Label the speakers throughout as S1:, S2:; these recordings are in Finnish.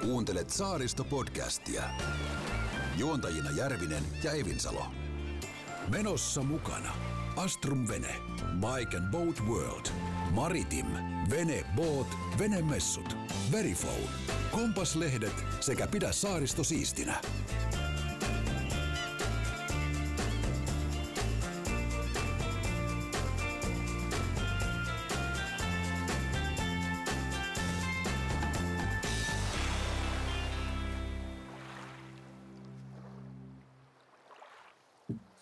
S1: Kuuntelet Saaristo-podcastia. Juontajina Järvinen ja Evinsalo. Menossa mukana Astrum Vene, Bike and Boat World, Maritim, Vene Boat, Venemessut, Verifone, Kompaslehdet sekä Pidä saaristo siistinä.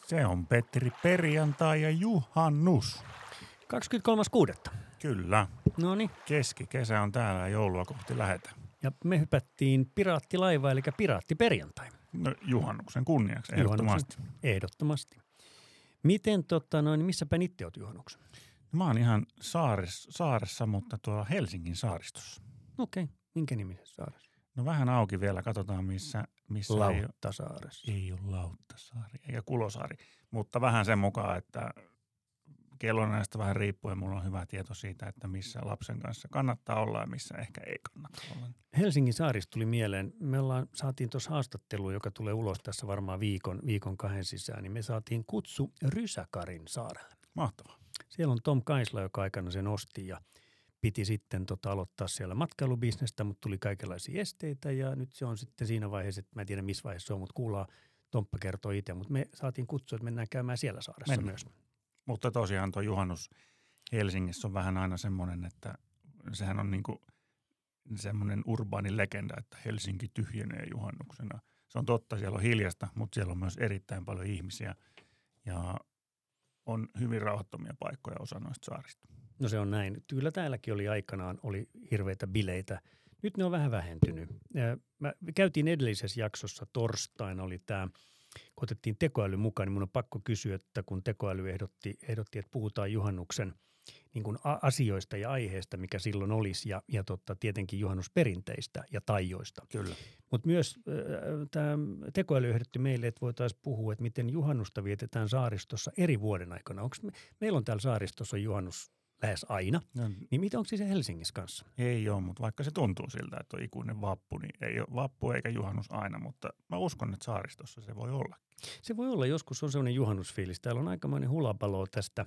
S2: Se on Petteri Perjantai ja juhannus.
S3: 23.6.
S2: Kyllä.
S3: No niin.
S2: Keskikesä on täällä ja joulua kohti lähetä.
S3: Ja me hypättiin piraattilaiva, eli piraattiperjantai.
S2: No, juhannuksen kunniaksi ehdottomasti.
S3: Juhannuksen- Ehdottomasti. Miten, tota, noin, missäpä itse oot juhannuksen?
S2: Mä oon ihan saaris, saaressa, mutta tuolla Helsingin saaristossa.
S3: No Okei, okay. minkä nimisen saares?
S2: No vähän auki vielä, katsotaan missä, missä ei, ole,
S3: Lauttasaaressa.
S2: ei ole Lauttasaari eikä Kulosaari. Mutta vähän sen mukaan, että kellon näistä vähän riippuen, mulla on hyvä tieto siitä, että missä lapsen kanssa kannattaa olla ja missä ehkä ei kannata olla.
S3: Helsingin saarista tuli mieleen, me ollaan, saatiin tuossa haastattelu, joka tulee ulos tässä varmaan viikon, viikon kahden sisään, niin me saatiin kutsu Rysäkarin saarelle.
S2: Mahtavaa.
S3: Siellä on Tom Kaisla, joka aikana sen osti ja piti sitten tota, aloittaa siellä matkailubisnestä, mutta tuli kaikenlaisia esteitä ja nyt se on sitten siinä vaiheessa, että mä en tiedä missä vaiheessa se on, mutta kuullaan Tomppa kertoo itse, mutta me saatiin kutsua, että mennään käymään siellä saaressa
S2: Mennään.
S3: myös.
S2: Mutta tosiaan tuo juhannus Helsingissä on vähän aina semmoinen, että sehän on niinku semmoinen urbaani legenda, että Helsinki tyhjenee juhannuksena. Se on totta, siellä on hiljasta, mutta siellä on myös erittäin paljon ihmisiä ja on hyvin rauhattomia paikkoja osa noista saarista.
S3: No se on näin. Kyllä täälläkin oli aikanaan oli hirveitä bileitä. Nyt ne on vähän vähentynyt. Ää, Mä me käytiin edellisessä jaksossa torstaina oli tämä, kun otettiin tekoäly mukaan, niin mun on pakko kysyä, että kun tekoäly ehdotti, ehdotti että puhutaan juhannuksen niin kuin a- asioista ja aiheesta, mikä silloin olisi, ja, ja totta, tietenkin juhannusperinteistä ja taijoista.
S2: Kyllä.
S3: Mutta myös tämä tekoäly ehdotti meille, että voitaisiin puhua, että miten juhannusta vietetään saaristossa eri vuoden aikana. Onks me, meillä on täällä saaristossa juhannus lähes aina.
S2: No,
S3: Niin mitä onko se Helsingissä kanssa?
S2: ei ole, mutta vaikka se tuntuu siltä, että on ikuinen vappu, niin ei ole vappu eikä juhannus aina, mutta mä uskon, että saaristossa se voi olla.
S3: Se voi olla joskus on sellainen juhannusfiilis. Täällä on aikamoinen hulapalo tästä,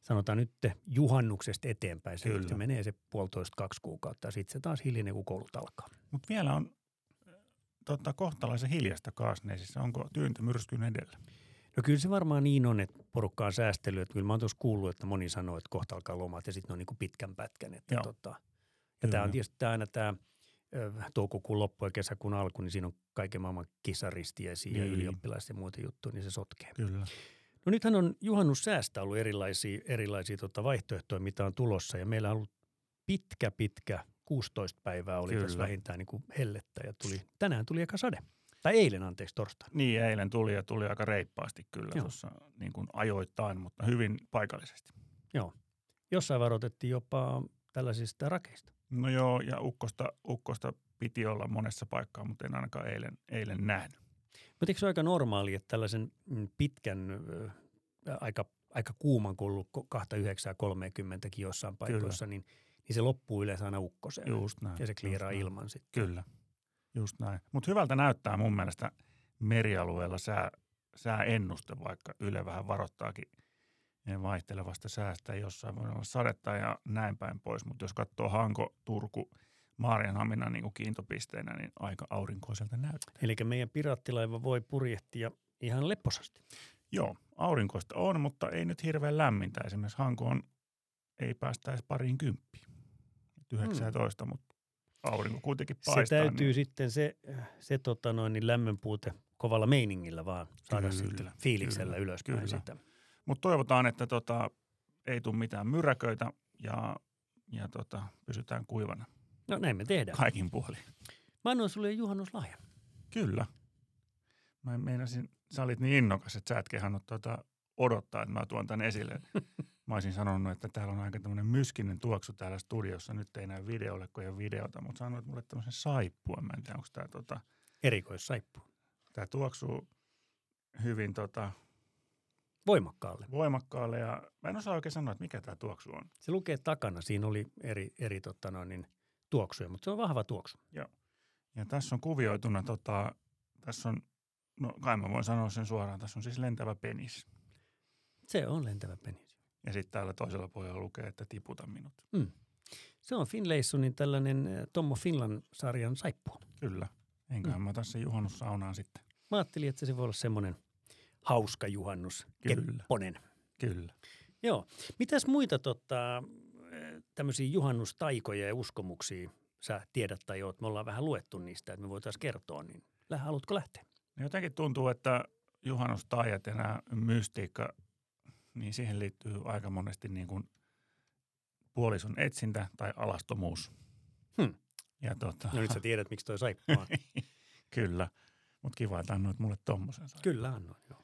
S3: sanotaan nyt juhannuksesta eteenpäin. Se,
S2: Kyllä.
S3: se menee se puolitoista kaksi kuukautta ja sitten se taas hiljenee, kun koulut alkaa.
S2: Mutta vielä on äh, tota, kohtalaisen hiljasta kaasneisissa. Onko tyyntä myrskyn edellä?
S3: No kyllä se varmaan niin on, että porukka on säästely. Että kyllä mä oon tuossa kuullut, että moni sanoo, että kohta alkaa lomat ja sitten ne on niin pitkän pätkän. Että
S2: Joo.
S3: tota, ja
S2: Kyllä.
S3: tämä on tietysti tää aina tämä toukokuun loppu ja kesäkuun alku, niin siinä on kaiken maailman kisaristiäisiä ja
S2: Niin.
S3: ylioppilais ja muita juttuja, niin se sotkee.
S2: Kyllä.
S3: No nythän on juhannussäästä ollut erilaisia, erilaisia tota vaihtoehtoja, mitä on tulossa. Ja meillä on ollut pitkä, pitkä, 16 päivää oli
S2: Kyllä.
S3: tässä vähintään niin kuin hellettä. Ja tuli, tänään tuli eka sade. Tai eilen, anteeksi, torstaina.
S2: Niin, eilen tuli ja tuli aika reippaasti kyllä
S3: Joo.
S2: tuossa niin kuin ajoittain, mutta hyvin paikallisesti.
S3: Jossain varoitettiin jopa tällaisista rakeista.
S2: No joo, ja ukkosta, ukkosta piti olla monessa paikkaa, mutta en ainakaan eilen, eilen nähnyt.
S3: Mutta eikö se ole aika normaali, että tällaisen mm, pitkän, ö, aika, aika kuuman kullut 2930 jossain paikoissa, niin, niin, se loppuu yleensä aina ukkoseen.
S2: Just näin.
S3: Ja se
S2: just
S3: kliiraa
S2: näin.
S3: ilman sitten.
S2: Kyllä, just näin. Mutta hyvältä näyttää mun mielestä merialueella sää, sääennuste, vaikka Yle vähän varoittaakin vaihtelevasta säästä. Jossain voi olla sadetta ja näin päin pois, mutta jos katsoo Hanko, Turku, Maarianhamina niin kuin kiintopisteenä, niin aika aurinkoiselta näyttää.
S3: Eli meidän piraattilaiva voi purjehtia ihan leposasti.
S2: Joo, aurinkoista on, mutta ei nyt hirveän lämmintä. Esimerkiksi Hanko on, ei päästäisi pariin kymppiin. Et 19, mutta aurinko kuitenkin paistaa.
S3: Hmm. se täytyy
S2: niin-
S3: sitten se, se tota noin, niin lämmönpuute kovalla meiningillä vaan saada
S2: Kyllä,
S3: sitten fiiliksellä
S2: kyllä,
S3: ylöspäin
S2: kyllä.
S3: sitä.
S2: Mutta toivotaan, että tota, ei tule mitään myräköitä ja, ja tota, pysytään kuivana
S3: No näin me tehdään.
S2: kaikin puolin.
S3: Mä annoin sulle juhannuslahja.
S2: Kyllä. Mä meinasin, sä olit niin innokas, että sä et kehannut tota, odottaa, että mä tuon tämän esille. Mä olisin sanonut, että täällä on aika tämmöinen myskinen tuoksu täällä studiossa. Nyt ei näy videolle, kun ei ole videota, mutta sanoit mulle tämmöisen saippuan. Mä en tiedä, onko tämä tota,
S3: Erikoissaippu.
S2: tää tuoksuu hyvin tota,
S3: Voimakkaalle.
S2: voimakkaalle ja mä en osaa oikein sanoa, että mikä tämä tuoksu on.
S3: Se lukee takana. Siinä oli eri, eri tota noin, niin, tuoksuja, mutta se on vahva tuoksu.
S2: Ja tässä on kuvioituna, tota, tässä on, no kai mä voin sanoa sen suoraan, tässä on siis lentävä penis.
S3: Se on lentävä penis.
S2: Ja sitten täällä toisella puolella lukee, että tiputa minut.
S3: Se on Finlaysonin tällainen äh, Tommo Finland-sarjan saippua.
S2: Kyllä.
S3: Mm.
S2: Enköhän mä tässä juhannus saunaan sitten.
S3: Mä ajattelin, että se voi olla semmoinen hauska juhannus.
S2: Kyllä.
S3: Kepponen.
S2: Kyllä.
S3: Joo. Mitäs muita tota, tämmöisiä juhannustaikoja ja uskomuksia sä tiedät tai oot? Me ollaan vähän luettu niistä, että me voitaisiin kertoa, niin lä- haluatko lähteä?
S2: No Jotenkin tuntuu, että juhannustaajat ja nämä mystiikka, niin siihen liittyy aika monesti niin kuin puolison etsintä tai alastomuus.
S3: Hmm.
S2: Ja tota,
S3: No nyt sä tiedät, miksi toi saippua on.
S2: kyllä. Mutta kiva, että annoit mulle tommosen. Kyllä.
S3: Kyllä annoin, joo.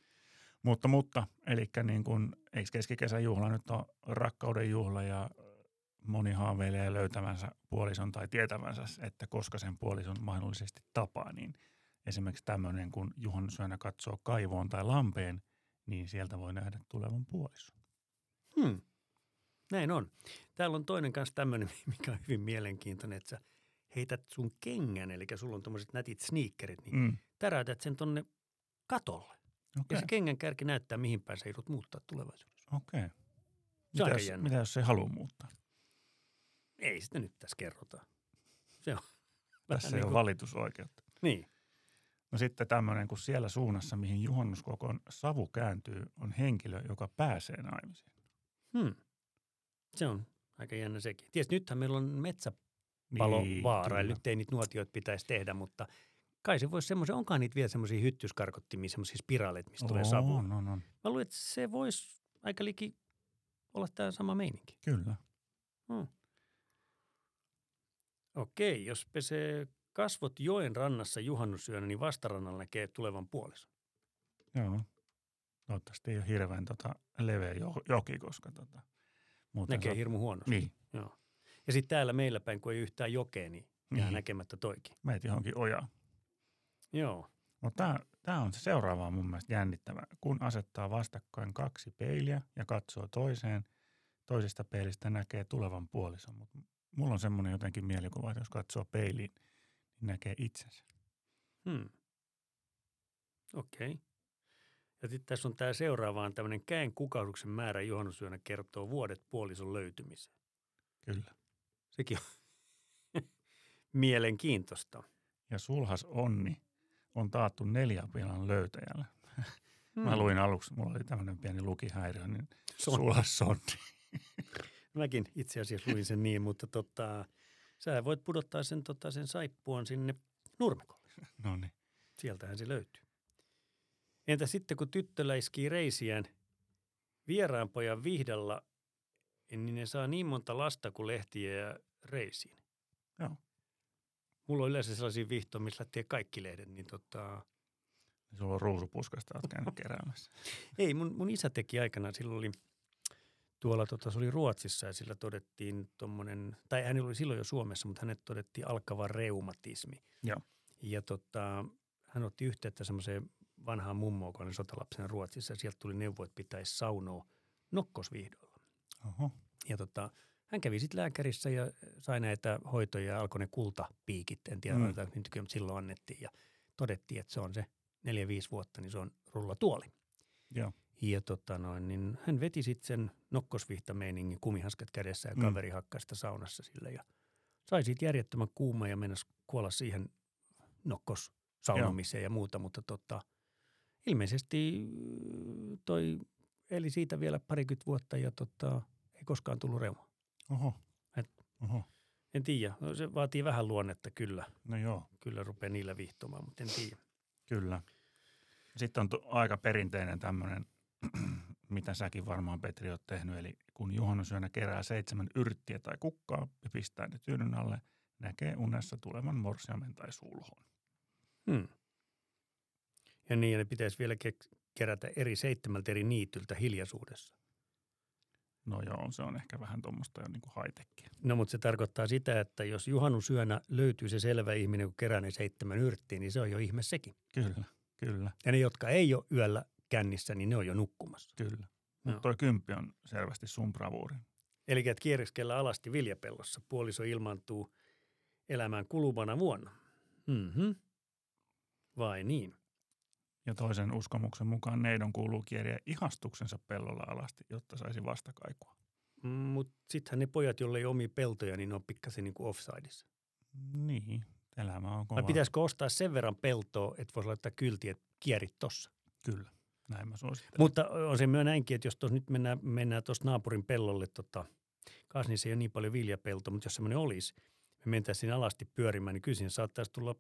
S2: Mutta, mutta, eli niin kuin, eikö keskikesän juhla nyt ole rakkauden juhla ja moni haaveilee löytävänsä puolison tai tietävänsä, että koska sen puolison mahdollisesti tapaa, niin esimerkiksi tämmöinen, kun juhannusyönä katsoo kaivoon tai lampeen, niin sieltä voi nähdä tulevan puolison.
S3: Hmm. Näin on. Täällä on toinen kanssa tämmöinen, mikä on hyvin mielenkiintoinen, että sä heität sun kengän, eli sulla on tommoset nätit sneakerit, niin
S2: Mm.
S3: täräytät sen tonne katolle. Ja
S2: Okei,
S3: se kengän kärki näyttää, mihin päin sä joudut muuttaa tulevaisuudessa.
S2: okei.
S3: Se on
S2: Mitä,
S3: aika
S2: jos-
S3: jännä.
S2: mitä jos ei halua muuttaa?
S3: Ei sitä nyt tässä kerrota. Se on. vähän niin
S2: Tässä ei ole
S3: kuin-
S2: valitusoikeutta.
S3: Niin.
S2: No sitten tämmöinen, kun siellä suunnassa, mihin juhannuskokon savu kääntyy, on henkilö, joka pääsee naimisiin.
S3: Hmm. Se on aika jännä sekin. Ties, nythän meillä on metsäpalovaara, niin,
S2: kyllä.
S3: eli nyt ei niitä nuotioita pitäisi tehdä, mutta kai se voisi semmoisen, onkaan niitä vielä semmoisia hyttyskarkottimia, semmoisia spiraaleita, mistä tulee savua.
S2: On, on, on.
S3: Mä luulen, että se voisi aika liki olla tämä sama meininki.
S2: Kyllä.
S3: Okei, jos pesee kasvot joen rannassa juhannusyönä, niin vastarannalla näkee tulevan puolison.
S2: Joo. Toivottavasti ei ole hirveän tota, leveä jo- joki, koska tota, muuten
S3: Näkee
S2: sä-
S3: hirmu huonosti.
S2: Niin.
S3: Joo. Ja sitten täällä meillä päin, kun ei yhtään jokea, niin jää
S2: Niin.
S3: näkemättä toikin.
S2: Meet johonkin ojaan.
S3: Joo.
S2: Mutta tämä on se seuraava mun mielestä jännittävä. Kun asettaa vastakkain kaksi peiliä ja katsoo toiseen, toisesta peilistä näkee tulevan puolison. Mut mulla on semmoinen jotenkin mielikuva, että jos katsoo peiliin, niin näkee itsensä.
S3: Hmm. Okei. Ja sitten tässä on tämä seuraavaan tämmöinen käen kukahduksen määrä juhannusyönä kertoo vuodet puolison löytymiseen.
S2: Kyllä.
S3: Sekin on mielenkiintoista.
S2: Ja sulhas onni on taattu neljäpilan löytäjällä.
S3: Hmm.
S2: Mä luin aluksi, mulla oli tämmöinen pieni lukihäiriö, niin
S3: Sonni.
S2: sulhas sonni.
S3: Mäkin itse asiassa luin sen niin, mutta tota, sä voit pudottaa sen, tota, sen saippuan sinne nurmikolle.
S2: No niin.
S3: Sieltähän se löytyy. Entä sitten kun tyttö läiskii reisiään vieraanpojan vihdalla, niin ne saa niin monta lasta kuin lehtiä ja reisiin.
S2: Joo.
S3: Mulla on yleensä sellaisia vihtoja, missä lähtee kaikki lehdet, niin tota,
S2: Niin Sulla on ruusupuskasta, oot käynyt keräämässä.
S3: ei, mun, mun isä teki aikana, silloin oli tuolla, tota, se oli Ruotsissa ja sillä todettiin tuommoinen, tai hän oli silloin jo Suomessa, mutta hänet todettiin alkava reumatismi.
S2: Joo.
S3: Ja tota, hän otti yhteyttä semmoiseen vanhaan mummoon, kun oli sotalapsena Ruotsissa ja sieltä tuli neuvo, että pitäisi saunoa nokkosvihdoilla.
S2: Oho,
S3: Ja tota, hän kävi sitten lääkärissä ja sai näitä hoitoja ja alkoi ne kultapiikit. En tiedä,
S2: Mm.
S3: mm. mutta silloin annettiin ja todettiin, että se on se neljä 5 vuotta, niin se on rullatuoli.
S2: joo.
S3: Ja tota noin, niin hän veti sitten sen nokkosvihtameiningin kumihaskat kädessä ja
S2: Mm.
S3: kaveri hakkasi sitä saunassa sille ja sai siitä järjettömän kuuma ja mennä kuolla siihen nokkossaunomiseen ja muuta, mutta tota, ilmeisesti mm, toi eli siitä vielä parikymmentä vuotta ja tota, ei koskaan tullut reuma.
S2: Oho.
S3: Et-
S2: Oho.
S3: En tiedä, no se vaatii vähän luonnetta kyllä,
S2: No joo,
S3: kyllä rupeaa niillä viihtomaan, mutta en tiedä.
S2: kyllä. Sitten on tu- aika perinteinen tämmöinen, mitä säkin varmaan Petri oot tehnyt. Eli kun juhannusyönä kerää seitsemän yrttiä tai kukkaa ja pistää ne tyynyn alle, näkee unessa tulevan morsiamen tai sulhon.
S3: Hmm. Ja niin, ja ne pitäisi vielä keks- kerätä eri seitsemältä eri niityltä hiljaisuudessa.
S2: No joo, se on ehkä vähän tuommoista jo niin kuin haitekkiä.
S3: No mutta se tarkoittaa sitä, että jos juhannusyönä löytyy se selvä ihminen, kun kerää ne seitsemän yrttiä, niin se on jo ihme sekin.
S2: Kyllä, kyllä,
S3: Ja ne, jotka ei ole yöllä kännissä, niin ne on jo nukkumassa.
S2: kyllä.
S3: Joo.
S2: Mutta toi kymppi on selvästi sun bravuuri.
S3: Eli että kierreskellä alasti viljapellossa puoliso ilmaantuu elämään kuluvana vuonna. Mm-hmm. Vai niin?
S2: Ja toisen uskomuksen mukaan neidon kuuluu kieriä ihastuksensa pellolla alasti, jotta saisi vastakaikua.
S3: Mm, Mutta sittenhän ne pojat, joilla ei omia peltoja, niin ne on pikkasen niin kuin offsideissa.
S2: Niin, elämä on kova.
S3: Vai pitäisikö ostaa sen verran peltoa, että voisi laittaa kylti, että kierit tossa.
S2: Kyllä, näin mä suosittelen.
S3: Mutta on se myös näinkin, että jos tuossa nyt mennään, mennään tuossa naapurin pellolle, tota, kaas niin se ei ole niin paljon viljapelto, mutta jos semmoinen olisi, me mentäisiin alasti pyörimään, niin kyllä siinä saattaisi tulla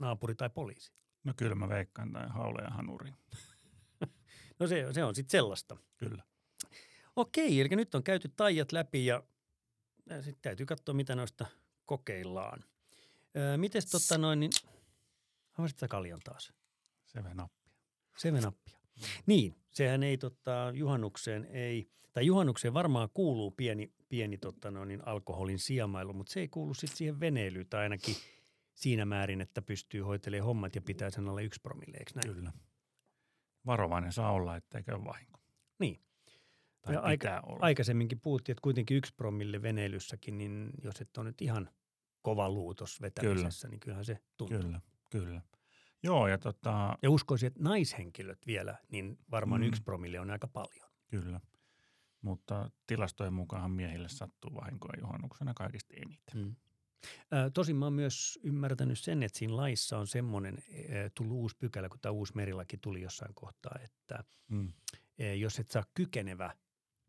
S3: naapuri tai poliisi.
S2: No kyllä mä veikkaan tai haule ja hanuri.
S3: No se, se on sitten sellaista.
S2: Kyllä.
S3: Okei, eli nyt on käyty taijat läpi ja sitten täytyy katsoa, mitä noista kokeillaan. Öö, mites tota noin, niin havasit sä kaljan taas?
S2: Seven up.
S3: Seven appia. Niin, sehän ei tota, juhannukseen ei, tai juhannukseen varmaan kuuluu pieni, pieni tota noin, niin alkoholin siemailu, mutta se ei kuulu sitten siihen veneilyyn tai ainakin siinä määrin, että pystyy hoitelemaan hommat ja pitää sen alle yksi promille, eikö näin?
S2: Kyllä. Varovainen saa olla, ettei käy vahinko.
S3: Niin.
S2: Tai
S3: Ja
S2: ja pitää
S3: aika,
S2: olla.
S3: aikaisemminkin puhuttiin, että kuitenkin yksi promille veneilyssäkin, niin jos et ole nyt ihan kova luutos vetämisessä, Kyllä. niin kyllähän se tuntuu. Kyllä.
S2: Kyllä, kyllä. Joo, ja tota,
S3: Ja uskoisin, että naishenkilöt vielä, niin varmaan mm.
S2: Mm.
S3: yksi promille on aika paljon.
S2: kyllä. Mutta tilastojen mukaan miehille sattuu vahinkoja juhannuksena kaikista eniten.
S3: Mm. Ö, Tosin mä oon myös ymmärtänyt sen, että siinä laissa on semmoinen ö, tullut uusi pykälä, kun tämä uusi merilaki tuli jossain kohtaa, että
S2: Mm.
S3: ö, jos et saa kykenevä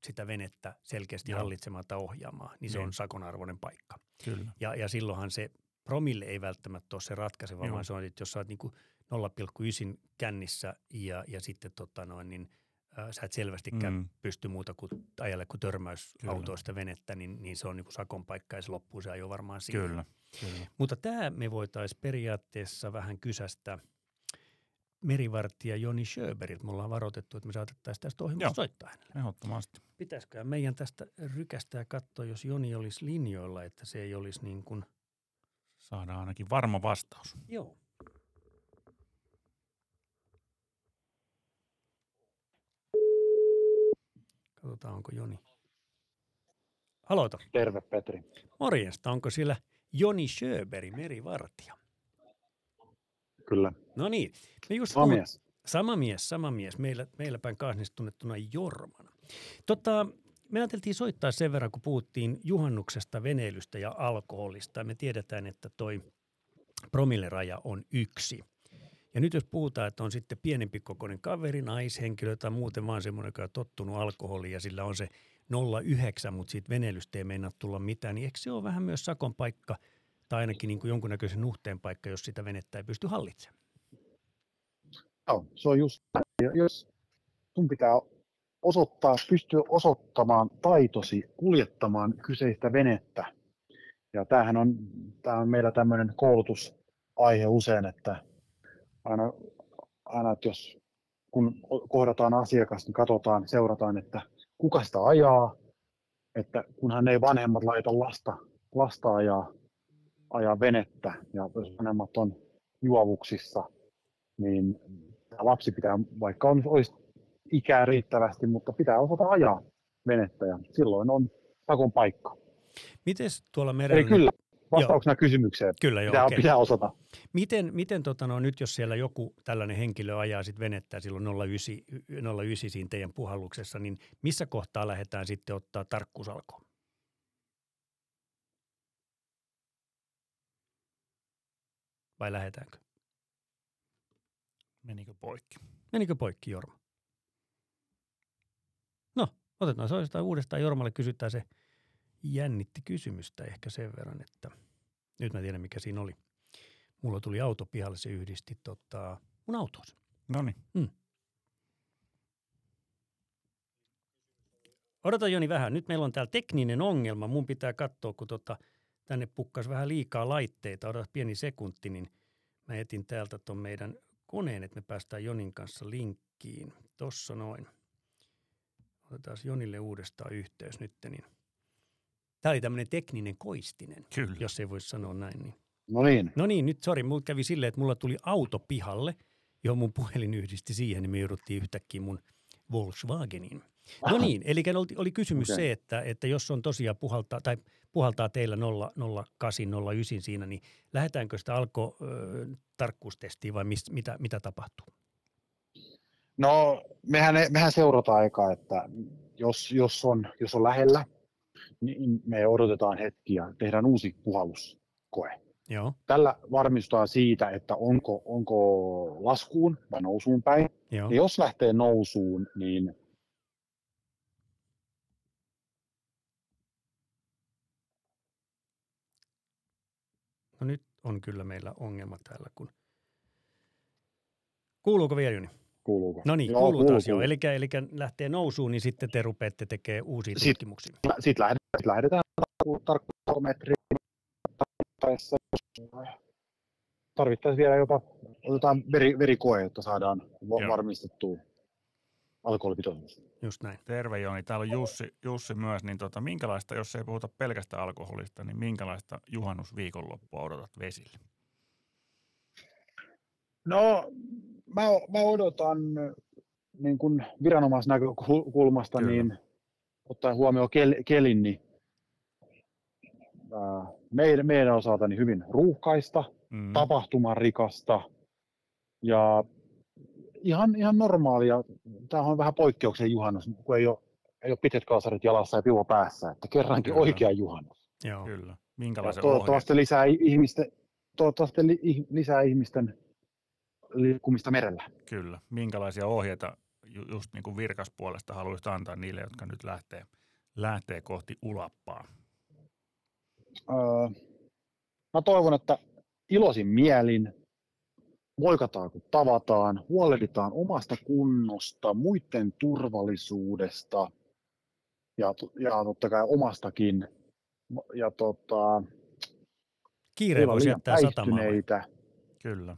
S3: sitä venettä selkeästi
S2: Joo.
S3: hallitsemaan tai ohjaamaan, niin se
S2: Niin.
S3: on sakonarvoinen paikka.
S2: Kyllä,
S3: Ja, ja silloinhan se promille ei välttämättä ole se ratkaiseva, Joo.
S2: Joo.
S3: vaan se on, että jos sä oot niinku 0,9 kännissä ja, ja sitten tota noin, niin äh, sä et selvästikään mm.
S2: Mm.
S3: pysty muuta kuin ajalle kuin törmäys
S2: Kyllä.
S3: autoista venettä, niin, niin se on niinku sakon paikka ja se loppuu se ajo varmaan siihen.
S2: kyllä, kyllä.
S3: Mutta tämä me voitaisiin periaatteessa vähän kysästä merivartija Joni Sjöberiltä. Me ollaan varoitettu, että me saatettaisiin tästä ohjelmasta
S2: Joo.
S3: soittaa hänelle.
S2: Ehdottomasti.
S3: Pitäisiköhän meidän tästä rykästää ja katsoa, jos Joni olisi linjoilla, että se ei olisi niin kuin
S2: Saadaan ainakin varma vastaus.
S3: Joo. Katsotaan, onko Joni. Aloita.
S4: Terve Petri.
S3: Morjesta, onko siellä Joni Sjöberi, merivartija?
S4: Kyllä.
S3: No niin, me just
S4: Sama mies.
S3: Sama mies, sama mies. Meillä, meillä päin kaasnissa tunnettuna Jormana. Tota, me ajateltiin soittaa sen verran, kun puhuttiin juhannuksesta, veneilystä ja alkoholista. Me tiedetään, että toi promilleraja on yksi. Ja nyt jos puhutaan, että on sitten pienempi kokoinen kaveri, naishenkilö tai muuten vaan semmoinen, joka on tottunut alkoholiin ja sillä on se 0,9, mutta siitä veneilystä ei meinaa tulla mitään, niin eikö se ole vähän myös sakon paikka tai ainakin niin kuin jonkunnäköisen nuhteen paikka, jos sitä venettä ei pysty hallitsemaan?
S4: Joo, se on just. ja Jos sun pitää osoittaa, pystyä osoittamaan taitosi kuljettamaan kyseistä venettä. Ja tämähän on, tämä on meillä tämmöinen koulutusaihe usein, että aina, aina että jos kun o- kohdataan asiakas, niin katsotaan, seurataan, että kuka sitä ajaa, että kunhan ei vanhemmat laita lasta, lasta ajaa, ajaa venettä, ja jos vanhemmat on juovuksissa, niin tämä lapsi pitää, vaikka on, olisi ikää riittävästi, mutta pitää osata ajaa venettä ja silloin on sakon paikka.
S3: Mites tuolla merellä?
S4: Eli kyllä, vastauksena kysymykseen.
S3: Kyllä joo,
S4: Pitää,
S3: okei.
S4: pitää osata.
S3: Miten, miten tota, no, nyt jos siellä joku tällainen henkilö ajaa sit venettä ja silloin 09, 09 siinä teidän puhalluksessa, niin missä kohtaa lähdetään sitten ottaa tarkkuusalko? Vai lähdetäänkö?
S2: Menikö poikki?
S3: Menikö poikki Jorma? No, otetaan se oikeastaan uudestaan. Jormalle kysytään se jännitti kysymystä ehkä sen verran, että nyt mä tiedän mikä siinä oli. Mulla tuli auto pihalle, se yhdisti tota, mun autoonsa.
S2: No niin,
S3: Odota Joni vähän, nyt meillä on täällä tekninen ongelma. Mun pitää katsoa, kun tota, tänne pukkas vähän liikaa laitteita. Odota pieni sekunti, niin mä etin täältä ton meidän koneen, että me päästään Jonin kanssa linkkiin. Tossa noin. Otetaan Jonille uudestaan yhteys nyt. Niin. Tämä oli tämmöinen tekninen koistinen,
S2: kyllä.
S3: jos ei voi sanoa näin. Niin.
S4: No niin,
S3: No niin, nyt sori, mulla kävi silleen, että mulla tuli auto pihalle, johon mun puhelin yhdisti siihen, niin me jouduttiin yhtäkkiä mun Volkswagenin. No niin, eli oli, oli kysymys okay.
S4: Okei.
S3: se, että, että jos on tosiaan puhaltaa, tai puhaltaa teillä 08, 09 siinä, niin lähdetäänkö sitä alko-tarkkuustestiin vai mist, mitä, mitä tapahtuu?
S4: No, mehän, mehän seurataan eka, että jos, jos, on, jos on lähellä, niin me odotetaan hetki ja tehdään uusi puhalluskoe.
S3: Joo,
S4: Tällä varmistutaan siitä, että onko, onko laskuun vai nousuun päin.
S3: joo.
S4: Ja jos lähtee nousuun, niin
S3: No nyt on kyllä meillä ongelma täällä, kun... Kuuluuko vielä, Juni?
S4: kuuluuko?
S3: No niin,
S4: Joo,
S3: kuuluu taas joo. Eli, eli lähtee nousuun, niin sitten te rupeatte tekemään uusia
S4: Sit-
S3: tutkimuksia.
S4: Sitten lähdetään, sit lähdetään tarkku- tarkkuusometriin tarvittaessa. Tarvittaisiin vielä jopa, otetaan veri, verikoe, jotta saadaan va-
S2: Joo.
S4: varmistettua alkoholipitoisuus.
S3: Just näin.
S2: Terve Jooni, täällä on Jussi, Jussi myös, niin tota, minkälaista, jos ei puhuta pelkästä alkoholista, niin minkälaista juhannusviikonloppua odotat vesille?
S4: No, mä, o- mä odotan niin kun viranomaisnäkökulmasta,
S2: Kyllä.
S4: niin ottaen huomioon kel, kelin, niin ää, meidän, meidän osalta niin hyvin ruuhkaista,
S2: Mm.
S4: tapahtumarikasta ja ihan, ihan normaalia. Tämä on vähän poikkeuksen juhannus, kun ei ole, ei ole pitkät kalsarit jalassa ja pivo päässä, että kerrankin
S2: Kyllä.
S4: oikea juhannus.
S3: Joo.
S2: Kyllä.
S4: Ja
S2: Minkälaisen ohjeen?
S4: toivottavasti lisää, i- ihmisten, toivottavasti li, ih- lisää ihmisten liikkumista merellä.
S2: Kyllä. Minkälaisia ohjeita ju- just niin kuin virkaspuolesta haluaisit antaa niille, jotka nyt lähtee, lähtee kohti ulappaa?
S4: Öö, mä toivon, että iloisin mielin moikataan kun tavataan, huolehditaan omasta kunnosta, muiden turvallisuudesta ja, tu- ja totta kai omastakin. Ja tota,
S3: Kiire
S4: ei olla
S3: voi
S4: liian
S3: jättää satamaan.
S4: päihtyneitä.
S2: Kyllä.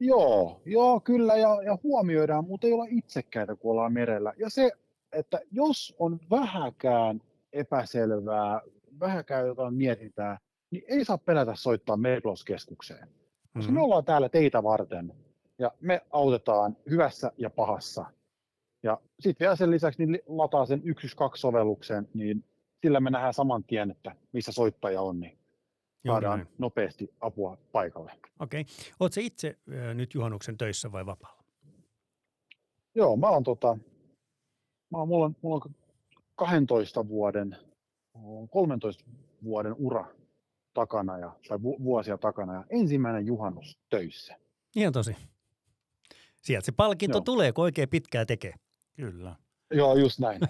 S4: Joo, joo, kyllä, ja, ja huomioidaan, mutta ei olla itsekkäitä, kun ollaan merellä. Ja se, että jos on vähäkään epäselvää, vähäkään jotain mietitään, niin ei saa pelätä soittaa Merlos-keskukseen. Koska
S3: Mhm.
S4: me ollaan täällä teitä varten, ja me autetaan hyvässä ja pahassa. Ja sitten vielä sen lisäksi niin li- lataa sen 112-sovelluksen, niin sillä me nähdään saman tien, että missä soittaja on, niin
S3: Juuri
S4: saadaan
S3: näin.
S4: nopeasti apua paikalle.
S3: Okei. Oletko itse ö, nyt juhannuksen töissä vai vapaalla?
S4: Joo, mä oon tota, mä oon, mulla, on, mulla on 12 vuoden, 13 vuoden ura takana ja, tai vu- vuosia takana ja ensimmäinen juhannus töissä.
S3: Ihan tosi. Sieltä se palkinto
S4: Joo.
S3: tulee, kun oikein pitkää tekee.
S2: Kyllä.
S4: Joo, just näin.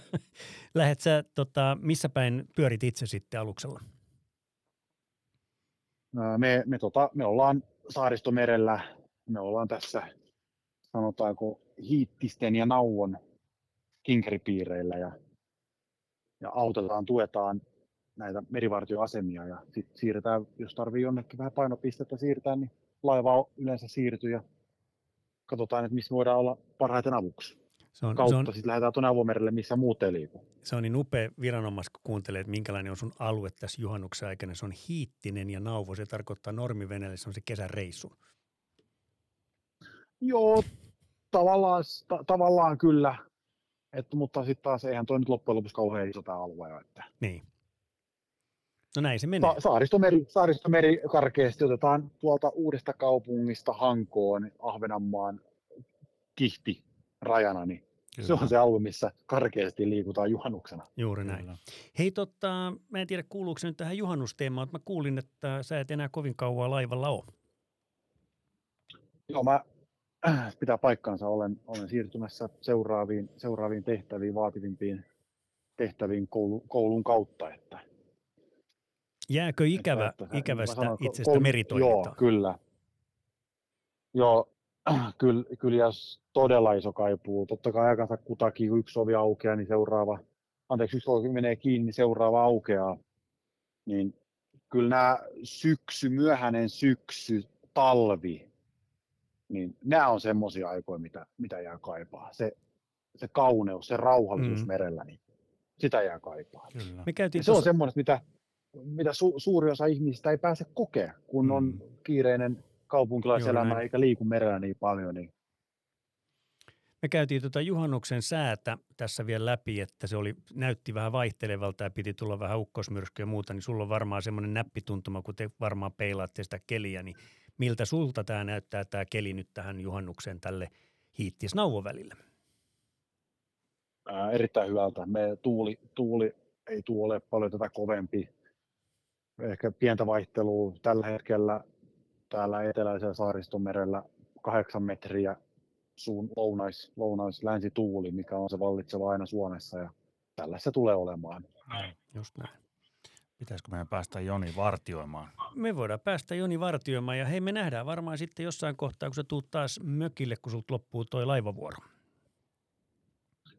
S3: Lähet sä, tota, missä päin pyörit itse sitten aluksella?
S4: Ää, me, me, tota, me ollaan saaristomerellä, me ollaan tässä sanotaanko hiittisten ja nauon kinkeripiireillä ja, ja autetaan, tuetaan näitä merivartioasemia ja sitten siirretään, jos tarvii jonnekin vähän painopistettä siirtää, niin laiva o- yleensä siirtyy ja katsotaan, että missä voidaan olla parhaiten avuksi.
S3: Se on, se on,
S4: Kautta sitten lähdetään tuonne avomerelle, missä muut ei liiku.
S3: se on niin upea viranomais, kun kuuntelee, että minkälainen on sun alue tässä juhannuksen aikana. Se on hiittinen ja nauvo. Se tarkoittaa normiveneelle, se on se kesäreissu.
S4: Joo, tavallaan, ta- tavallaan kyllä. Et, mutta sitten taas eihän toi nyt loppujen lopuksi kauhean iso tämä alue. ole, Että.
S3: Niin. No näin se
S2: Niin.
S3: menee.
S4: Sa- saaristomeri, saaristomeri karkeasti otetaan tuolta uudesta kaupungista Hankoon, Ahvenanmaan kihti rajana, niin
S2: Kyllä.
S4: se on se alue, missä karkeasti liikutaan juhannuksena.
S3: Juuri näin.
S2: Kyllä.
S3: Hei tota, mä en tiedä kuuluuko se nyt tähän juhannusteemaan, mutta mä kuulin, että sä et enää kovin kauan laivalla ole.
S4: Joo, mä äh, pitää paikkansa, olen, olen siirtymässä seuraaviin, seuraaviin tehtäviin, vaativimpiin tehtäviin koulu, koulun kautta. Että,
S3: Jääkö ikävä,
S4: että- että-
S3: ikävästä
S4: mä sanon, ko-
S3: itsestä
S4: kolme-
S3: meritoimintaa?
S4: Joo, kyllä. Joo, kyllä, kyllä jos todella iso kaipuu. Totta kai aikansa kutakin, kun yksi ovi aukeaa, niin seuraava, anteeksi, yksi ovi menee kiinni, niin seuraava aukeaa. Niin kyllä nämä syksy, myöhäinen syksy, talvi, niin nämä on semmoisia aikoja, mitä, mitä jää kaipaa. Se, se kauneus, se rauhallisuus
S3: Mm.
S4: mm. merellä, niin sitä jää kaipaa.
S2: Kyllä.
S3: Me käytiin
S4: Ja Niin se on
S3: tuossa-
S4: semmoinen, mitä, mitä su, suuri osa ihmisistä ei pääse kokea, kun mm. on kiireinen kaupunkilaiselämä
S3: Juuri näin.
S4: eikä liiku merellä niin paljon. Niin
S3: Me käytiin tuota juhannuksen säätä tässä vielä läpi, että se oli, näytti vähän vaihtelevalta ja piti tulla vähän ukkosmyrsky ja muuta, niin sulla on varmaan semmoinen näppituntuma, kun te varmaan peilaatte sitä keliä, niin miltä sulta tämä näyttää tämä keli nyt tähän juhannukseen tälle hiittisnauvon välillä?
S4: Ää, erittäin hyvältä. Me tuuli, tuuli ei tuule paljon tätä kovempi. Ehkä pientä vaihtelua tällä hetkellä täällä eteläisellä saaristomerellä kahdeksan metriä suun lounais, lounais länsituuli, mikä on se vallitseva aina Suomessa ja tällä se tulee olemaan.
S2: Näin. Just näin. Pitäisikö meidän päästä Joni vartioimaan?
S3: Me voidaan päästä Joni vartioimaan ja hei me nähdään varmaan sitten jossain kohtaa, kun sä tuut taas mökille, kun sulta loppuu toi laivavuoro.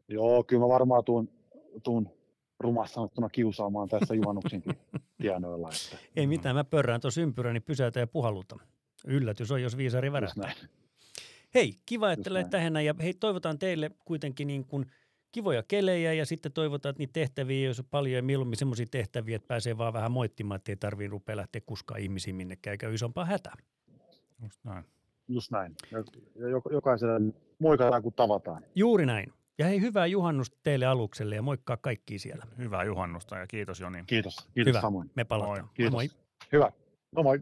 S4: Joo, kyllä mä varmaan tuun, tuun rumassa sanottuna kiusaamaan tässä juhannuksenkin tienoilla. Että.
S3: Ei mitään, mä pörrään tuossa ympyrän, niin pysäytä ja puhaluta. Yllätys on, jos viisari värähtää. Hei, kiva, että olet tähän ja hei, toivotan teille kuitenkin niin kuin kivoja kelejä ja sitten toivotaan, että niitä tehtäviä jos on paljon ja mieluummin semmoisia tehtäviä, että pääsee vaan vähän moittimaan, että ei tarvii rupea lähteä kuskaa ihmisiä minnekään eikä isompaa hätää.
S2: Just näin.
S4: Just näin. Ja jo- jokaisella moikataan, kun tavataan.
S3: Juuri näin. Ja hei, hyvää juhannusta teille alukselle ja moikkaa kaikki siellä.
S2: Hyvää juhannusta ja kiitos Joni.
S4: Kiitos. Kiitos
S3: Hyvä.
S4: samoin.
S3: Me palataan.
S4: Kiitos.
S3: Moi.
S4: Hyvä. No moi.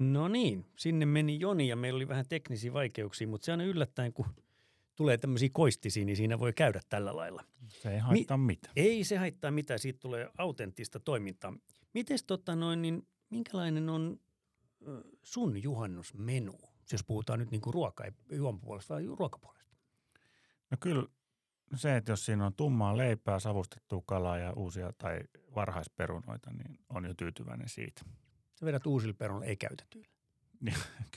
S3: No niin, sinne meni Joni ja meillä oli vähän teknisiä vaikeuksia, mutta se aina yllättäen, kun tulee tämmöisiä koistisia, niin siinä voi käydä tällä lailla.
S2: Se ei haittaa Mi- mitään.
S3: Ei se haittaa mitään, siitä tulee autenttista toimintaa. Mites tota noin, niin minkälainen on ö, sun juhannusmenu, jos puhutaan nyt niinku ruoka, ei juon puolesta, vaan ruokapuolesta?
S2: No kyllä se, että jos siinä on tummaa leipää, savustettua kalaa ja uusia tai varhaisperunoita, niin on jo tyytyväinen siitä.
S3: Sä vedät uusilla perunoilla, ei käytetyillä.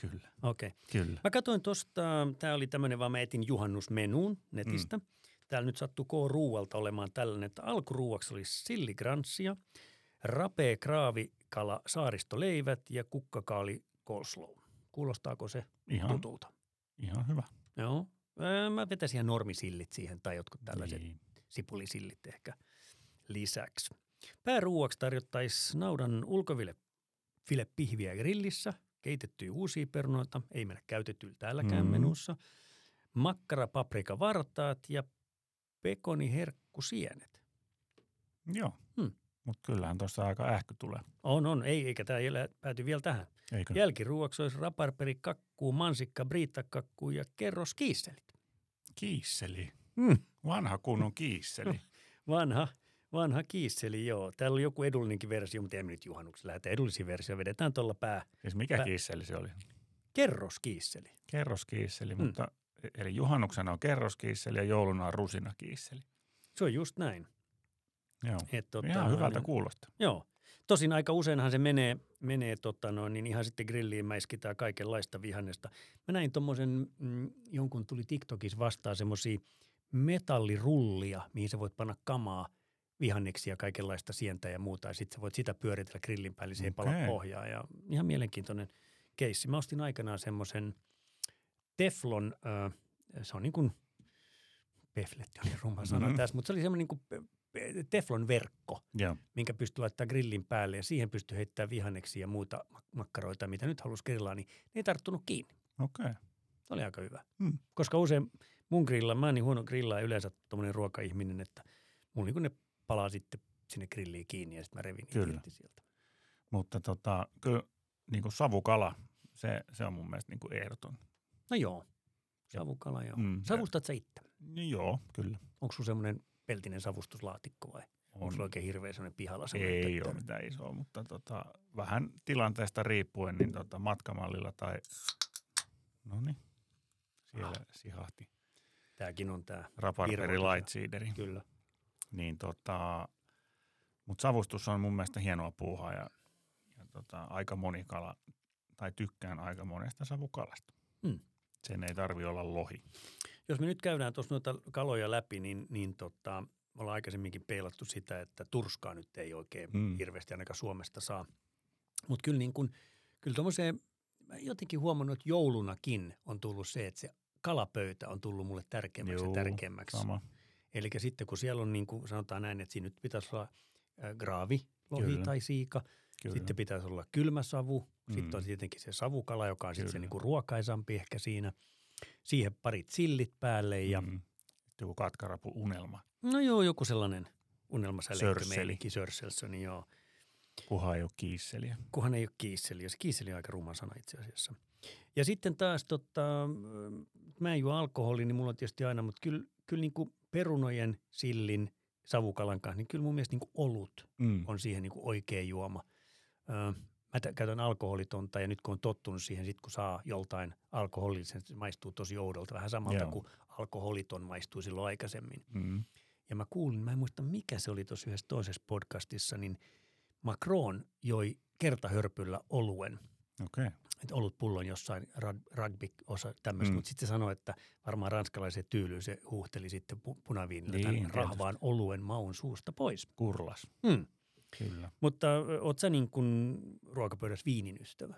S2: kyllä,
S3: Okei.
S2: kyllä.
S3: Mä katsoin tuosta, tämä oli tämmöinen, vaan mä etin juhannusmenuun netistä. Mm. Täällä nyt sattuu K-ruualta olemaan tällainen, että alkuruuaksi oli silligranssia, rapea kraavikala saaristoleivät ja kukkakaali coleslaw. Kuulostaako se
S2: Ihan,
S3: tutulta?
S2: ihan hyvä.
S3: Joo. Ää, Öö, Mä vetäisin ihan normisillit siihen tai jotkut tällaiset
S2: Niin.
S3: sipulisillit ehkä lisäksi. Pääruuaksi tarjottaisiin naudan ulkoville filepihviä grillissä, keitettyjä uusia perunoita, ei mennä käytettyillä täälläkään
S2: Mm.
S3: mm. menussa, makkara, paprika, vartaat ja pekoni, herkku, sienet.
S2: Joo,
S3: Hmm.
S2: mutta kyllähän tuossa aika ähky tulee.
S3: On, on, ei, eikä tämä pääty vielä tähän.
S2: Eikö?
S3: Jälkiruoksi olisi raparperi, kakkuu, mansikka, briitakkakkuu ja kerroskiisselit.
S2: Kiisseli.
S3: Mm.
S2: Vanha kunnon kiisseli.
S3: Hmm. Vanha, vanha kiisseli, joo. Täällä oli joku edullinenkin versio, mutta emme nyt juhannuksella lähetä. Edullisin versio vedetään tuolla pää.
S2: siis mikä
S3: Mä-
S2: kiisseli se oli?
S3: Kerroskiisseli.
S2: Kerroskiisseli,
S3: Hmm.
S2: mutta eli juhannuksena on kerroskiisseli ja jouluna on rusinakiisseli.
S3: Se on just näin.
S2: Joo.
S3: Et, tota,
S2: Ihan hyvältä
S3: noin,
S2: kuulosta.
S3: Joo. Tosin aika useinhan se menee, menee tota noin, niin ihan sitten grilliin mäiskitään kaikenlaista vihannesta. Mä näin tuommoisen, mm, jonkun tuli TikTokissa vastaan semmoisia metallirullia, mihin sä voit panna kamaa vihanneksia ja kaikenlaista sientä ja muuta. Ja sitten sä voit sitä pyöritellä grillin päälle, se ei pala
S2: Okei.
S3: pohjaa. Ja ihan mielenkiintoinen keissi. Mä ostin aikanaan semmoisen Teflon, ö, se on niin kuin, pefletti oli ruma sana
S2: Mhm.
S3: mm-hmm. tässä, mutta se oli semmoinen niin kuin Teflon verkko
S2: Joo.
S3: minkä pystyy laittamaan grillin päälle ja siihen pystyy heittämään vihanneksi ja muuta mak- makkaroita, mitä nyt halusi grillaa, niin ne ei tarttunut kiinni.
S2: Okei. Okay.
S3: Se oli aika hyvä.
S2: Hmm.
S3: Koska usein mun grilla, mä oon niin huono grillaa ja yleensä tommonen ruokaihminen, että mun niin ne palaa sitten sinne grilliin kiinni ja sitten mä revin niitä
S2: Kyllä.
S3: irti sieltä.
S2: Mutta tota, kyllä niin kuin savukala, se, se on mun mielestä niin kuin ehdoton.
S3: No joo, savukala joo.
S2: Mm.
S3: Mm, Savustat sä itse?
S2: Niin joo, kyllä.
S3: Onko sun semmoinen peltinen savustuslaatikko vai onko
S2: On.
S3: sulla oikein hirveä semmoinen pihalla? semmoinen
S2: Ei
S3: töttö?
S2: ole mitään isoa, mutta tota, vähän tilanteesta riippuen, niin tota, matkamallilla tai... No niin, siellä
S3: Ah.
S2: sihahti
S3: Tääkin on tää,
S2: raparperi
S3: Virvoitus.
S2: light cideri.
S3: kyllä.
S2: Niin tota, mutta savustus on mun mielestä hienoa puuhaa ja, ja tota, aika moni kala, tai tykkään aika monesta savukalasta.
S3: Mm.
S2: Sen ei tarvi olla lohi.
S3: Jos me nyt käydään tuossa noita kaloja läpi, niin, niin tota, me ollaan aikaisemminkin peilattu sitä, että turskaa nyt ei oikein
S2: Mm.
S3: mm. hirveästi ainakaan Suomesta saa. Mutta kyllä niin kun, kyllä tommoseen, mä jotenkin huomannut, että joulunakin on tullut se, että se kalapöytä on tullut mulle tärkeämmäksi
S2: Juu,
S3: ja tärkeämmäksi.
S2: Sama.
S3: Eli sitten kun siellä on niin kuin sanotaan näin, että siinä nyt pitäisi olla äh, graavi, lohi
S2: Kyllä.
S3: tai siika,
S2: Kyllä.
S3: sitten pitäisi olla kylmä savu,
S2: Mm.
S3: sitten on tietenkin se savukala, joka on sitten se
S2: Kyllä.
S3: niinku ruokaisampi ehkä siinä. Siihen parit sillit päälle ja
S2: Mm. Joku katkarapu unelma,
S3: no joo, joku sellainen unelmasäleikkö
S2: Sörsseli.
S3: meininki, Sörssels on, niin joo.
S2: kuha ei ole kiisseliä.
S3: kunhan ei ole kiisseliä. Se kiisseli on aika ruma sana itse asiassa. Ja sitten taas, tota, mm, mä en juo alkoholia, niin mulla on tietysti aina, mutta kyllä, kyllä niin kuin perunojen, sillin, savukalan kanssa, niin kyllä mun mielestä niin kuin olut
S2: Mm.
S3: on siihen niin kuin oikea juoma. Ö, mä tä- käytän alkoholitonta ja nyt kun on tottunut siihen, sit kun saa joltain alkoholillisen, se maistuu tosi oudolta. Vähän samalta
S2: Joo.
S3: kuin alkoholiton maistui silloin aikaisemmin.
S2: Mm.
S3: Ja mä kuulin, mä en muista mikä se oli tuossa yhdessä toisessa podcastissa, niin Macron joi kertahörpyllä oluen.
S2: Okei. Okay.
S3: Että ollut pullon jossain rugby-osa tämmöistä,
S2: Mm.
S3: mm. mutta sitten se sanoi, että varmaan ranskalaisen tyylyyn se huuhteli sitten pu- punaviinillä
S2: Niin,
S3: niin, tämän
S2: tietysti.
S3: rahvaan oluen maun suusta pois.
S2: Kurlas.
S3: Mm.
S2: Kyllä.
S3: Mutta ö, oot sä niin kuin ruokapöydässä viinin ystävä?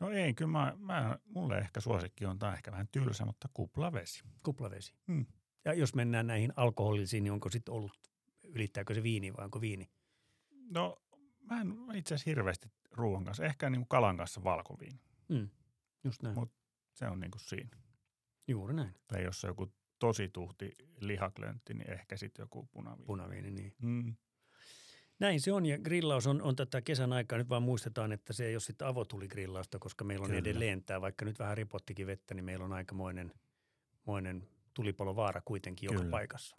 S2: No ei, kyllä mä, mä, mulle ehkä suosikki on, tämä ehkä vähän tylsä, mutta kuplavesi.
S3: Kuplavesi.
S2: Mm.
S3: Ja jos mennään näihin alkoholisiin, niin onko sitten ollut, ylittääkö se viini vai onko viini?
S2: No mä en itse asiassa hirveästi ruoan kanssa, ehkä niin kuin kalan kanssa valkoviini.
S3: Mm. Just näin.
S2: Mut- Se on niin kuin siinä.
S3: Juuri näin.
S2: Tai jos on joku tosi tuhti lihaklöntti, niin ehkä sitten joku punaviini.
S3: Punaviini, niin.
S2: mm.
S3: Näin se on ja grillaus on, on tätä kesän aikaa. Nyt vaan muistetaan, että se ei ole sitten avotuligrillausta, koska meillä on
S2: Kyllä.
S3: Kyllä. edelleen tämä, vaikka nyt vähän ripottikin vettä, niin meillä on aikamoinen moinen tulipalovaara kuitenkin joka
S2: Kyllä.
S3: Kyllä. paikassa.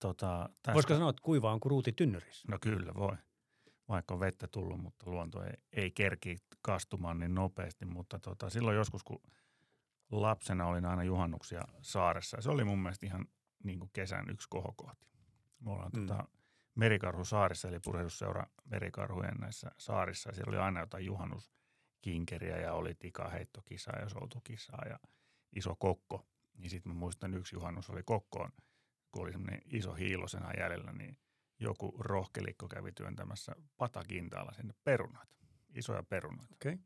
S2: Tota, tästä,
S3: Voisiko sanoa, että kuiva on kuin ruuti tynnyrissä?
S2: No kyllä voi. Vaikka on vettä tullut, mutta luonto ei, ei kerki kastumaan niin nopeasti. Mutta tota, silloin joskus, kun lapsena olin aina juhannuksia saaressa, ja se oli mun mielestä ihan niin kuin kesän yksi kohokohti. Me ollaan
S3: Mm.
S2: mm. tota, Merikarhu saarissa, eli purjehdusseura Merikarhujen näissä saarissa. ja Siellä oli aina jotain juhannuskinkeriä ja oli tikaheittokisaa ja soutukisaa ja iso kokko. Niin sitten mä muistan yksi juhannus oli kokkoon, kun oli semmoinen iso hiilosena jäljellä, niin joku rohkelikko kävi työntämässä patakintaalla sinne perunoita, isoja perunoita.
S3: Okei.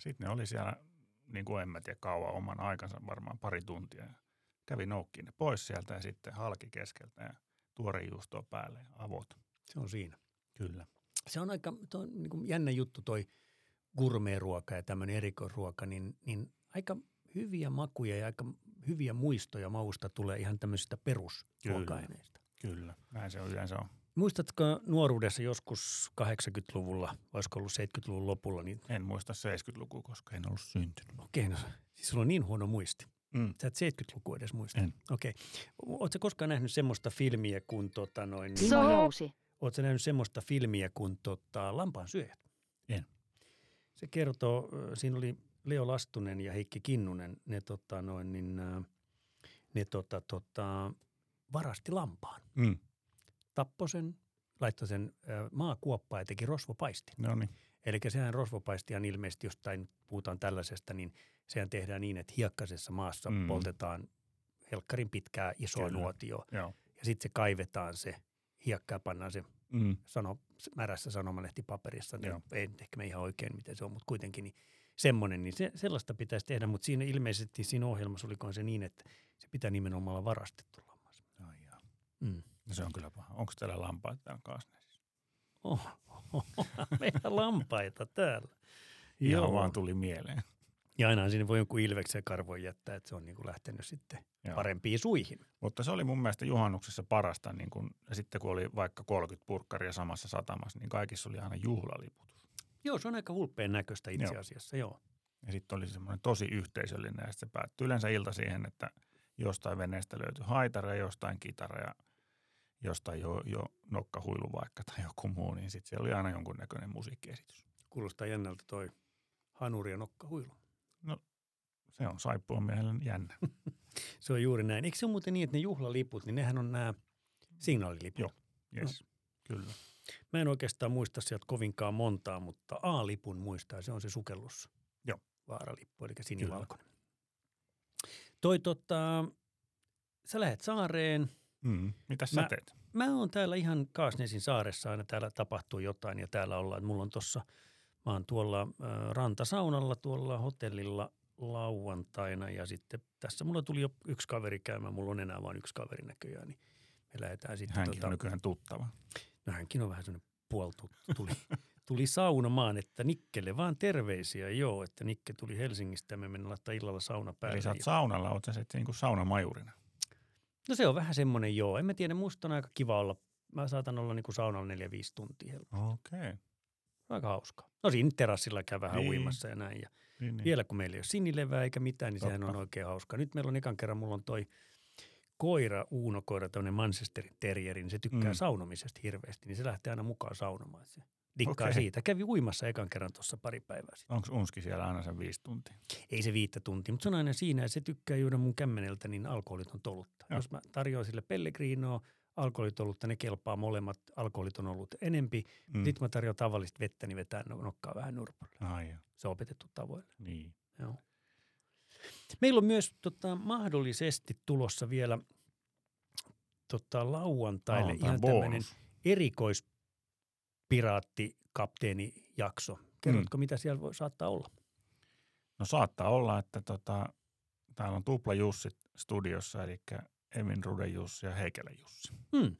S2: Sitten ne oli siellä, niin kuin en mä tiedä kauan oman aikansa, varmaan pari tuntia. Ja kävi noukkiin ne pois sieltä ja sitten halki keskeltä ja tuore juustoa päälle ja avot.
S3: Se on siinä.
S2: Kyllä.
S3: Se on aika toi, niin kuin jännä juttu toi gourmetruoka ja tämmöinen erikoisruoka, niin, niin aika hyviä makuja ja aika hyviä muistoja mausta tulee ihan tämmöisistä perusruoka-aineista.
S2: Kyllä. Näin se yleensä on.
S3: Muistatko nuoruudessa joskus 80-luvulla, olisiko ollut 70-luvun lopulla, niin
S2: En muista 70-lukua, koska en ollut syntynyt.
S3: okei, no, siis sulla on niin huono muisti.
S2: Mm.
S3: Sä et 70-lukua edes muista.
S2: En.
S3: Okei. Oletko koskaan nähnyt semmoista filmiä kuin, tota, noin,
S5: Timo Jousi.
S3: Oletko nähnyt semmoista filmiä kuin tota, Lampaan syöjät?
S2: En.
S3: Se kertoo, ö, siinä oli Leo Lastunen ja Heikki Kinnunen, ne, tota, noin, niin, ö, ne tota, tota, varasti lampaan.
S2: Mm.
S3: Tappoi sen, laittoi sen ö, maakuoppaan ja teki rosvopaistin.
S2: No niin.
S3: Eli sehän rosvopaistia ilmeisesti, jos tai nyt puhutaan tällaisesta, niin sehän tehdään niin, että hiekkasessa maassa
S2: Mm.
S3: mm. poltetaan helkkarin pitkää isoa
S2: Kyllä.
S3: nuotio.
S2: Joo.
S3: Ja sitten se kaivetaan se hiekka ja pannaan se
S2: Mm.
S3: sano, märässä sanomalehtipaperissa. Niin
S2: Joo.
S3: ei nyt ehkä me ihan oikein, miten se on, mutta kuitenkin niin semmoinen, niin se, sellaista pitäisi tehdä. Mutta siinä ilmeisesti siinä ohjelmassa olikohan se niin, että se pitää nimenomaan olla varastettu lammas.
S2: Ai jaa.
S3: Mm.
S2: No se on kyllä paha. Onko teillä lampaat täällä kaasneessa?
S3: Oh, oh, oh, meidän lampaita täällä.
S2: Ihan Joo. vaan tuli mieleen.
S3: Ja aina sinne voi jonkun ilveksen ja karvoin jättää, että se on niin kuin lähtenyt sitten
S2: Joo.
S3: parempiin suihin.
S2: Mutta se oli mun mielestä juhannuksessa parasta, niin kun, ja sitten kun oli vaikka 30 purkkaria samassa satamassa, niin kaikissa oli aina juhlaliputus.
S3: Joo, se on aika hulppeen näköistä itse
S2: Joo.
S3: asiassa, joo.
S2: Ja sitten oli semmoinen tosi yhteisöllinen, ja sitten se päättyi yleensä ilta siihen, että jostain veneestä löytyi haitara, jostain kitara ja jostain jo, jo nokkahuilu vaikka tai joku muu, niin sitten siellä oli aina jonkunnäköinen musiikkiesitys.
S3: Kuulostaa jännältä toi hanuri ja nokkahuilu.
S2: Se on saippua miehellä jännä.
S3: Se on juuri näin. Eikö se ole muuten niin, että ne juhlaliput, niin nehän on nämä signaaliliput?
S2: Joo. Yes. Kyllä.
S3: Niin Mä en oikeastaan muista sieltä kovinkaan montaa, mutta A-lipun muistaa, se on se sukellus.
S2: Joo.
S3: Vaaralippu, eli sinivalkoinen. Toi tota, sä lähet saareen,
S2: Mm. Mitä sä
S3: Mä-
S2: teet?
S3: Mä oon täällä ihan Kaasnesin saaressa, aina täällä tapahtuu jotain ja täällä ollaan. Mulla on tossa, mä oon tuolla äh, rantasaunalla tuolla hotellilla lauantaina ja sitten tässä mulla tuli jo yksi kaveri käymään, mulla on enää vain yksi kaveri näköjään, niin me lähdetään sitten. tota,
S2: Hänkin on nykyään tuttava.
S3: no hänkin on vähän semmoinen puoltu, tuli, tuli saunomaan, että Nikkelle vaan terveisiä, joo, että Nikke tuli Helsingistä ja me mennään laittaa illalla sauna päälle.
S2: Eli sä oot
S3: Ja-
S2: saunalla, oot sä sitten niinku saunamajurina.
S3: No se on vähän semmoinen joo. En mä tiedä, musta on aika kiva olla. Mä saatan olla niinku saunalla 4-5 tuntia. helposti.
S2: Okei. Okay.
S3: Aika hauskaa. No siinä terassilla käy vähän
S2: Niin.
S3: niin. uimassa ja näin. Ja
S2: Niin, niin.
S3: vielä kun meillä ei ole sinilevää eikä mitään, niin Totta. sehän
S2: Totta.
S3: on oikein hauskaa. Nyt meillä on ekan kerran, mulla on toi koira, uunokoira, tämmöinen Manchesterin terrieri, niin se tykkää
S2: Mm.
S3: mm. saunomisesta hirveästi, niin se lähtee aina mukaan saunomaan. Se dikkaa
S2: Okei.
S3: okay. siitä. Kävi uimassa ekan kerran tuossa pari päivää sitten.
S2: Onko unski siellä aina sen viisi tuntia?
S3: Ei se viittä tuntia, mutta se on aina siinä, että se tykkää juoda mun kämmeneltä, niin alkoholiton tolutta.
S2: Joo.
S3: Jos mä tarjoan sille pellegrinoa, alkoholitolutta, ne kelpaa molemmat, alkoholiton ollut enempi. Mm. Sitten mä tarjoan tavallista vettä, niin vetää no- nokkaa vähän nurpulle.
S2: Ai joo,
S3: Se on opetettu tavoille.
S2: niin.
S3: Joo. Meillä on myös tota, mahdollisesti tulossa vielä tota, lauantaille
S2: Lauantain
S3: ihan
S2: bonus.
S3: tämmöinen erikoispiraattikapteeni jakso. Kerrotko, mm. mitä siellä voi, saattaa olla?
S2: No saattaa olla, että tota, täällä on tupla Jussit studiossa, eli Evin Rude Jussi ja Heikele Jussi.
S3: Hmm.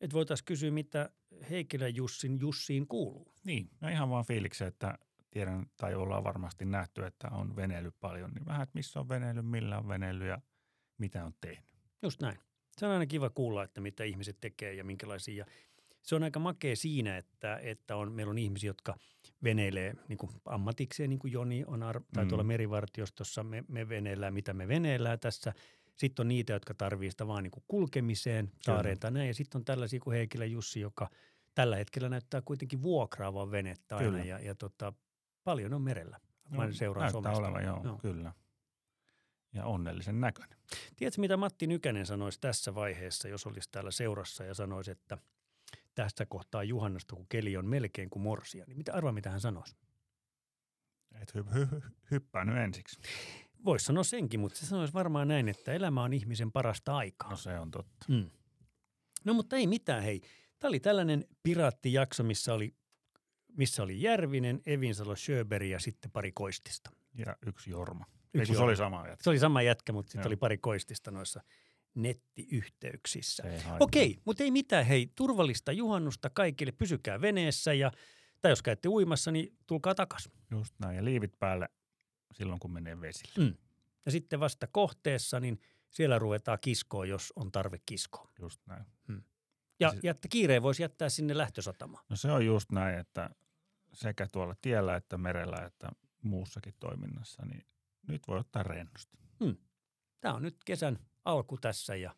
S3: Et voitaisiin kysyä, mitä Heikkilä Jussin Jussiin kuuluu.
S2: Niin. No ihan vaan fiiliksi, että tiedän tai ollaan varmasti nähty, että on veneily paljon, niin vähän, että missä on veneily, millä on veneily ja mitä on tehnyt.
S3: Just näin. Se on aina kiva kuulla, että mitä ihmiset tekee ja minkälaisia. Ja se on aika makea siinä, että, että on, meillä on ihmisiä, jotka veneilee niin kuin ammatikseen, niin kuin Joni on ar- tai
S2: Mm.
S3: tuolla merivartiostossa, me, me veneillään, mitä me veneillään tässä. Sitten on niitä, jotka tarvii sitä vaan niin kuin kulkemiseen, saareen tai näin. Ja sitten on tällaisia kuin Heikilä Jussi, joka tällä hetkellä näyttää kuitenkin vuokraavan venettä aina.
S2: Kyllä.
S3: Ja, ja tota, paljon on merellä. Mä no, seuraan
S2: näyttää
S3: somesta.
S2: olevan, joo, joo, kyllä. Ja onnellisen näköinen.
S3: Tiedätkö, mitä Matti Nykänen sanoisi tässä vaiheessa, jos olisi täällä seurassa ja sanoisi, että tästä kohtaa juhannosta, kun keli on melkein kuin morsia, niin mitä arvaa, mitä hän sanoisi?
S2: Et hy- hy- hy- hyppäänyt ensiksi.
S3: Voisi sanoa senkin, mutta se sanoisi varmaan näin, että elämä on ihmisen parasta aikaa.
S2: No se on totta.
S3: Mm. No mutta ei mitään, hei. Tämä oli tällainen piraattijakso, missä oli, missä oli Järvinen, Evinsalo, Sjöberg ja sitten pari koistista.
S2: Ja yksi Jorma. Yksi Ei,
S3: Yksi
S2: kun se
S3: Jorma.
S2: oli sama jätkä.
S3: Se oli sama jätkä, mutta sitten
S2: Joo.
S3: oli pari koistista noissa nettiyhteyksissä.
S2: Se ei haittaa.
S3: Okei, mutta ei mitään. Hei, turvallista juhannusta kaikille. Pysykää veneessä ja, tai jos käytte uimassa, niin tulkaa takas.
S2: Just näin. Ja liivit päälle silloin, kun menee vesille.
S3: Ja sitten vasta kohteessa, niin siellä ruvetaan kiskoa, jos on tarve kiskoa.
S2: Just näin.
S3: Ja
S2: Siis-
S3: jättä, kiireen voisi jättää sinne lähtösatamaan.
S2: No se on just näin, että sekä tuolla tiellä että merellä että muussakin toiminnassa, niin nyt voi ottaa rennosti.
S3: Tämä on nyt kesän alku tässä ja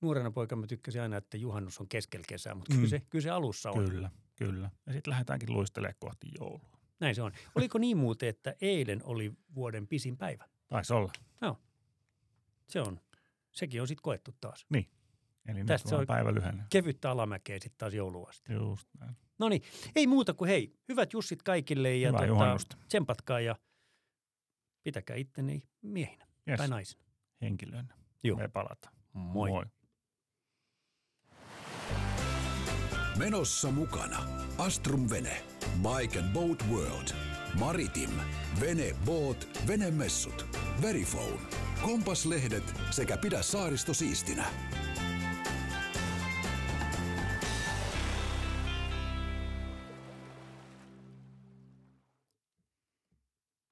S3: nuorena poikana mä tykkäsin aina, että juhannus on keskellä kesää, mutta
S2: Mm.
S3: kyllä, se, kyllä se alussa on.
S2: Kyllä, kyllä. Ja sitten lähdetäänkin luistelemaan kohti joulua.
S3: Näin se on. Oliko niin muuten, että eilen oli vuoden pisin päivä?
S2: Taisi olla.
S3: Se on. Sekin on sitten koettu taas.
S2: Eli nyt
S3: Tässä
S2: vaan
S3: on-
S2: päivä lyhenee.
S3: Kevyttä alamäkeä sitten taas joulua asti.
S2: Just näin.
S3: No niin, ei muuta kuin hei, hyvät jussit kaikille ja tota,
S2: Hyvää juhannusta.
S3: tsempatkaa ja pitäkää itteni miehinä
S2: Yes.
S3: tai naisina.
S2: Henkilönä.
S3: Joo.
S2: Me palataan.
S3: Moi.
S2: Moi.
S1: Menossa mukana Astrum Vene, Bike and Boat World, Maritim, Vene Boat, Venemessut, Verifone, Kompaslehdet sekä Pidä saaristo siistinä.